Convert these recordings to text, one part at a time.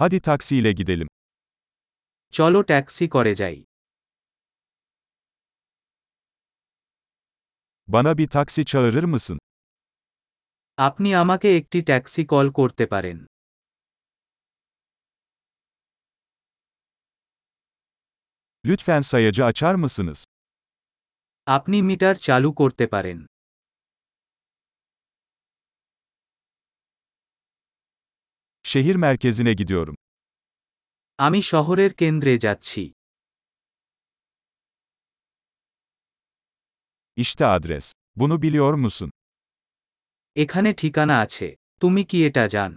Hadi taksiyle gidelim. চলো taxi করে যাই Bana bir taksi çağırır mısın? আপনি আমাকে একটি ট্যাক্সি কল করতে পারেন Lütfen sayacı açar mısınız? আপনি মিটার চালু করতে পারেন Şehir merkezine gidiyorum. আমি শহরের কেন্দ্রে যাচ্ছি İşte adres. Bunu biliyor musun? এখানে ঠিকানা আছে তুমি কি এটা জান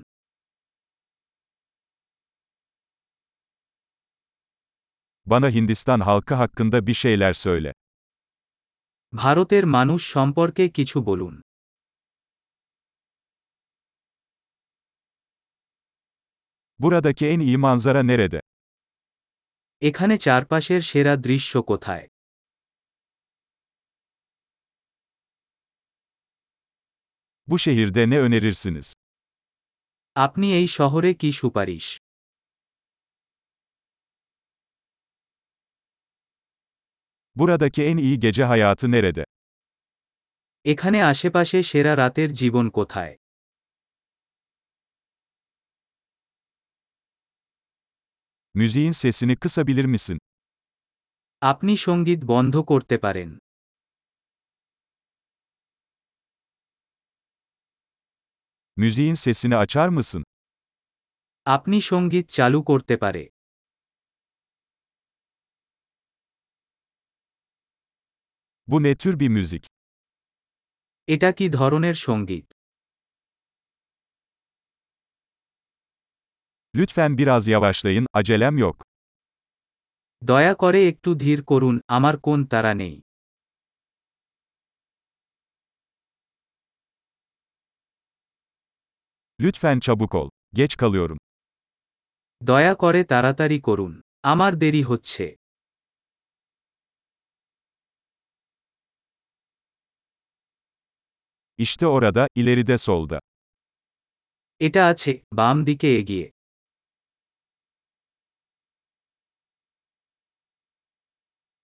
Bana Hindistan halkı hakkında bir şeyler söyle. ভারতের মানুষ সম্পর্কে কিছু বলুন Buradaki en iyi manzara nerede? এখানে চারপাশের সেরা দৃশ্য কোথায় Bu şehirde ne önerirsiniz? আপনি এই শহরে কি সুপারিশ Buradaki en iyi gece hayatı nerede? এখানে আশেপাশে সেরা রাতের জীবন কোথায় Müziğin sesini kısabilir misin? আপনি সঙ্গীত বন্ধ করতে পারেন Müziğin sesini açar mısın? আপনি সঙ্গীত চালু করতে পারে Bu ne tür bir müzik? এটা কি ধরনের সঙ্গীত Lütfen biraz yavaşlayın, acelem yok. দয়া করে একটু ধীর করুন আমার কোন তারা নেই Lütfen çabuk ol. Geç kalıyorum. দয়া করে তাড়াতাড়ি করুন আমার দেরি হচ্ছে İşte orada, ileride solda. এটা আছে বাম দিকে এগিয়ে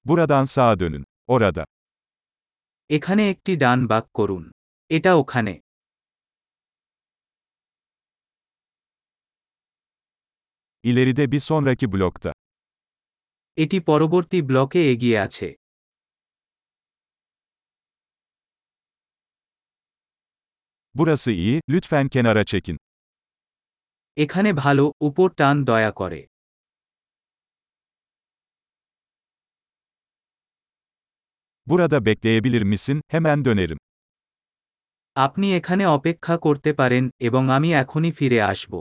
Buradan sağa dönün. Orada. এখানে একটি ডান বাক করুন এটা ওখানে İleride bir sonraki blokta. এটি পরবর্তী ব্লকে এগিয়ে আছে Burası iyi, lütfen kenara çekin. এখানে ভালো উপর টান দয়া করে Burada bekleyebilir misin? Hemen dönerim. আপনি এখানে অপেক্ষা করতে পারেন এবং আমি এখনই ফিরে আসব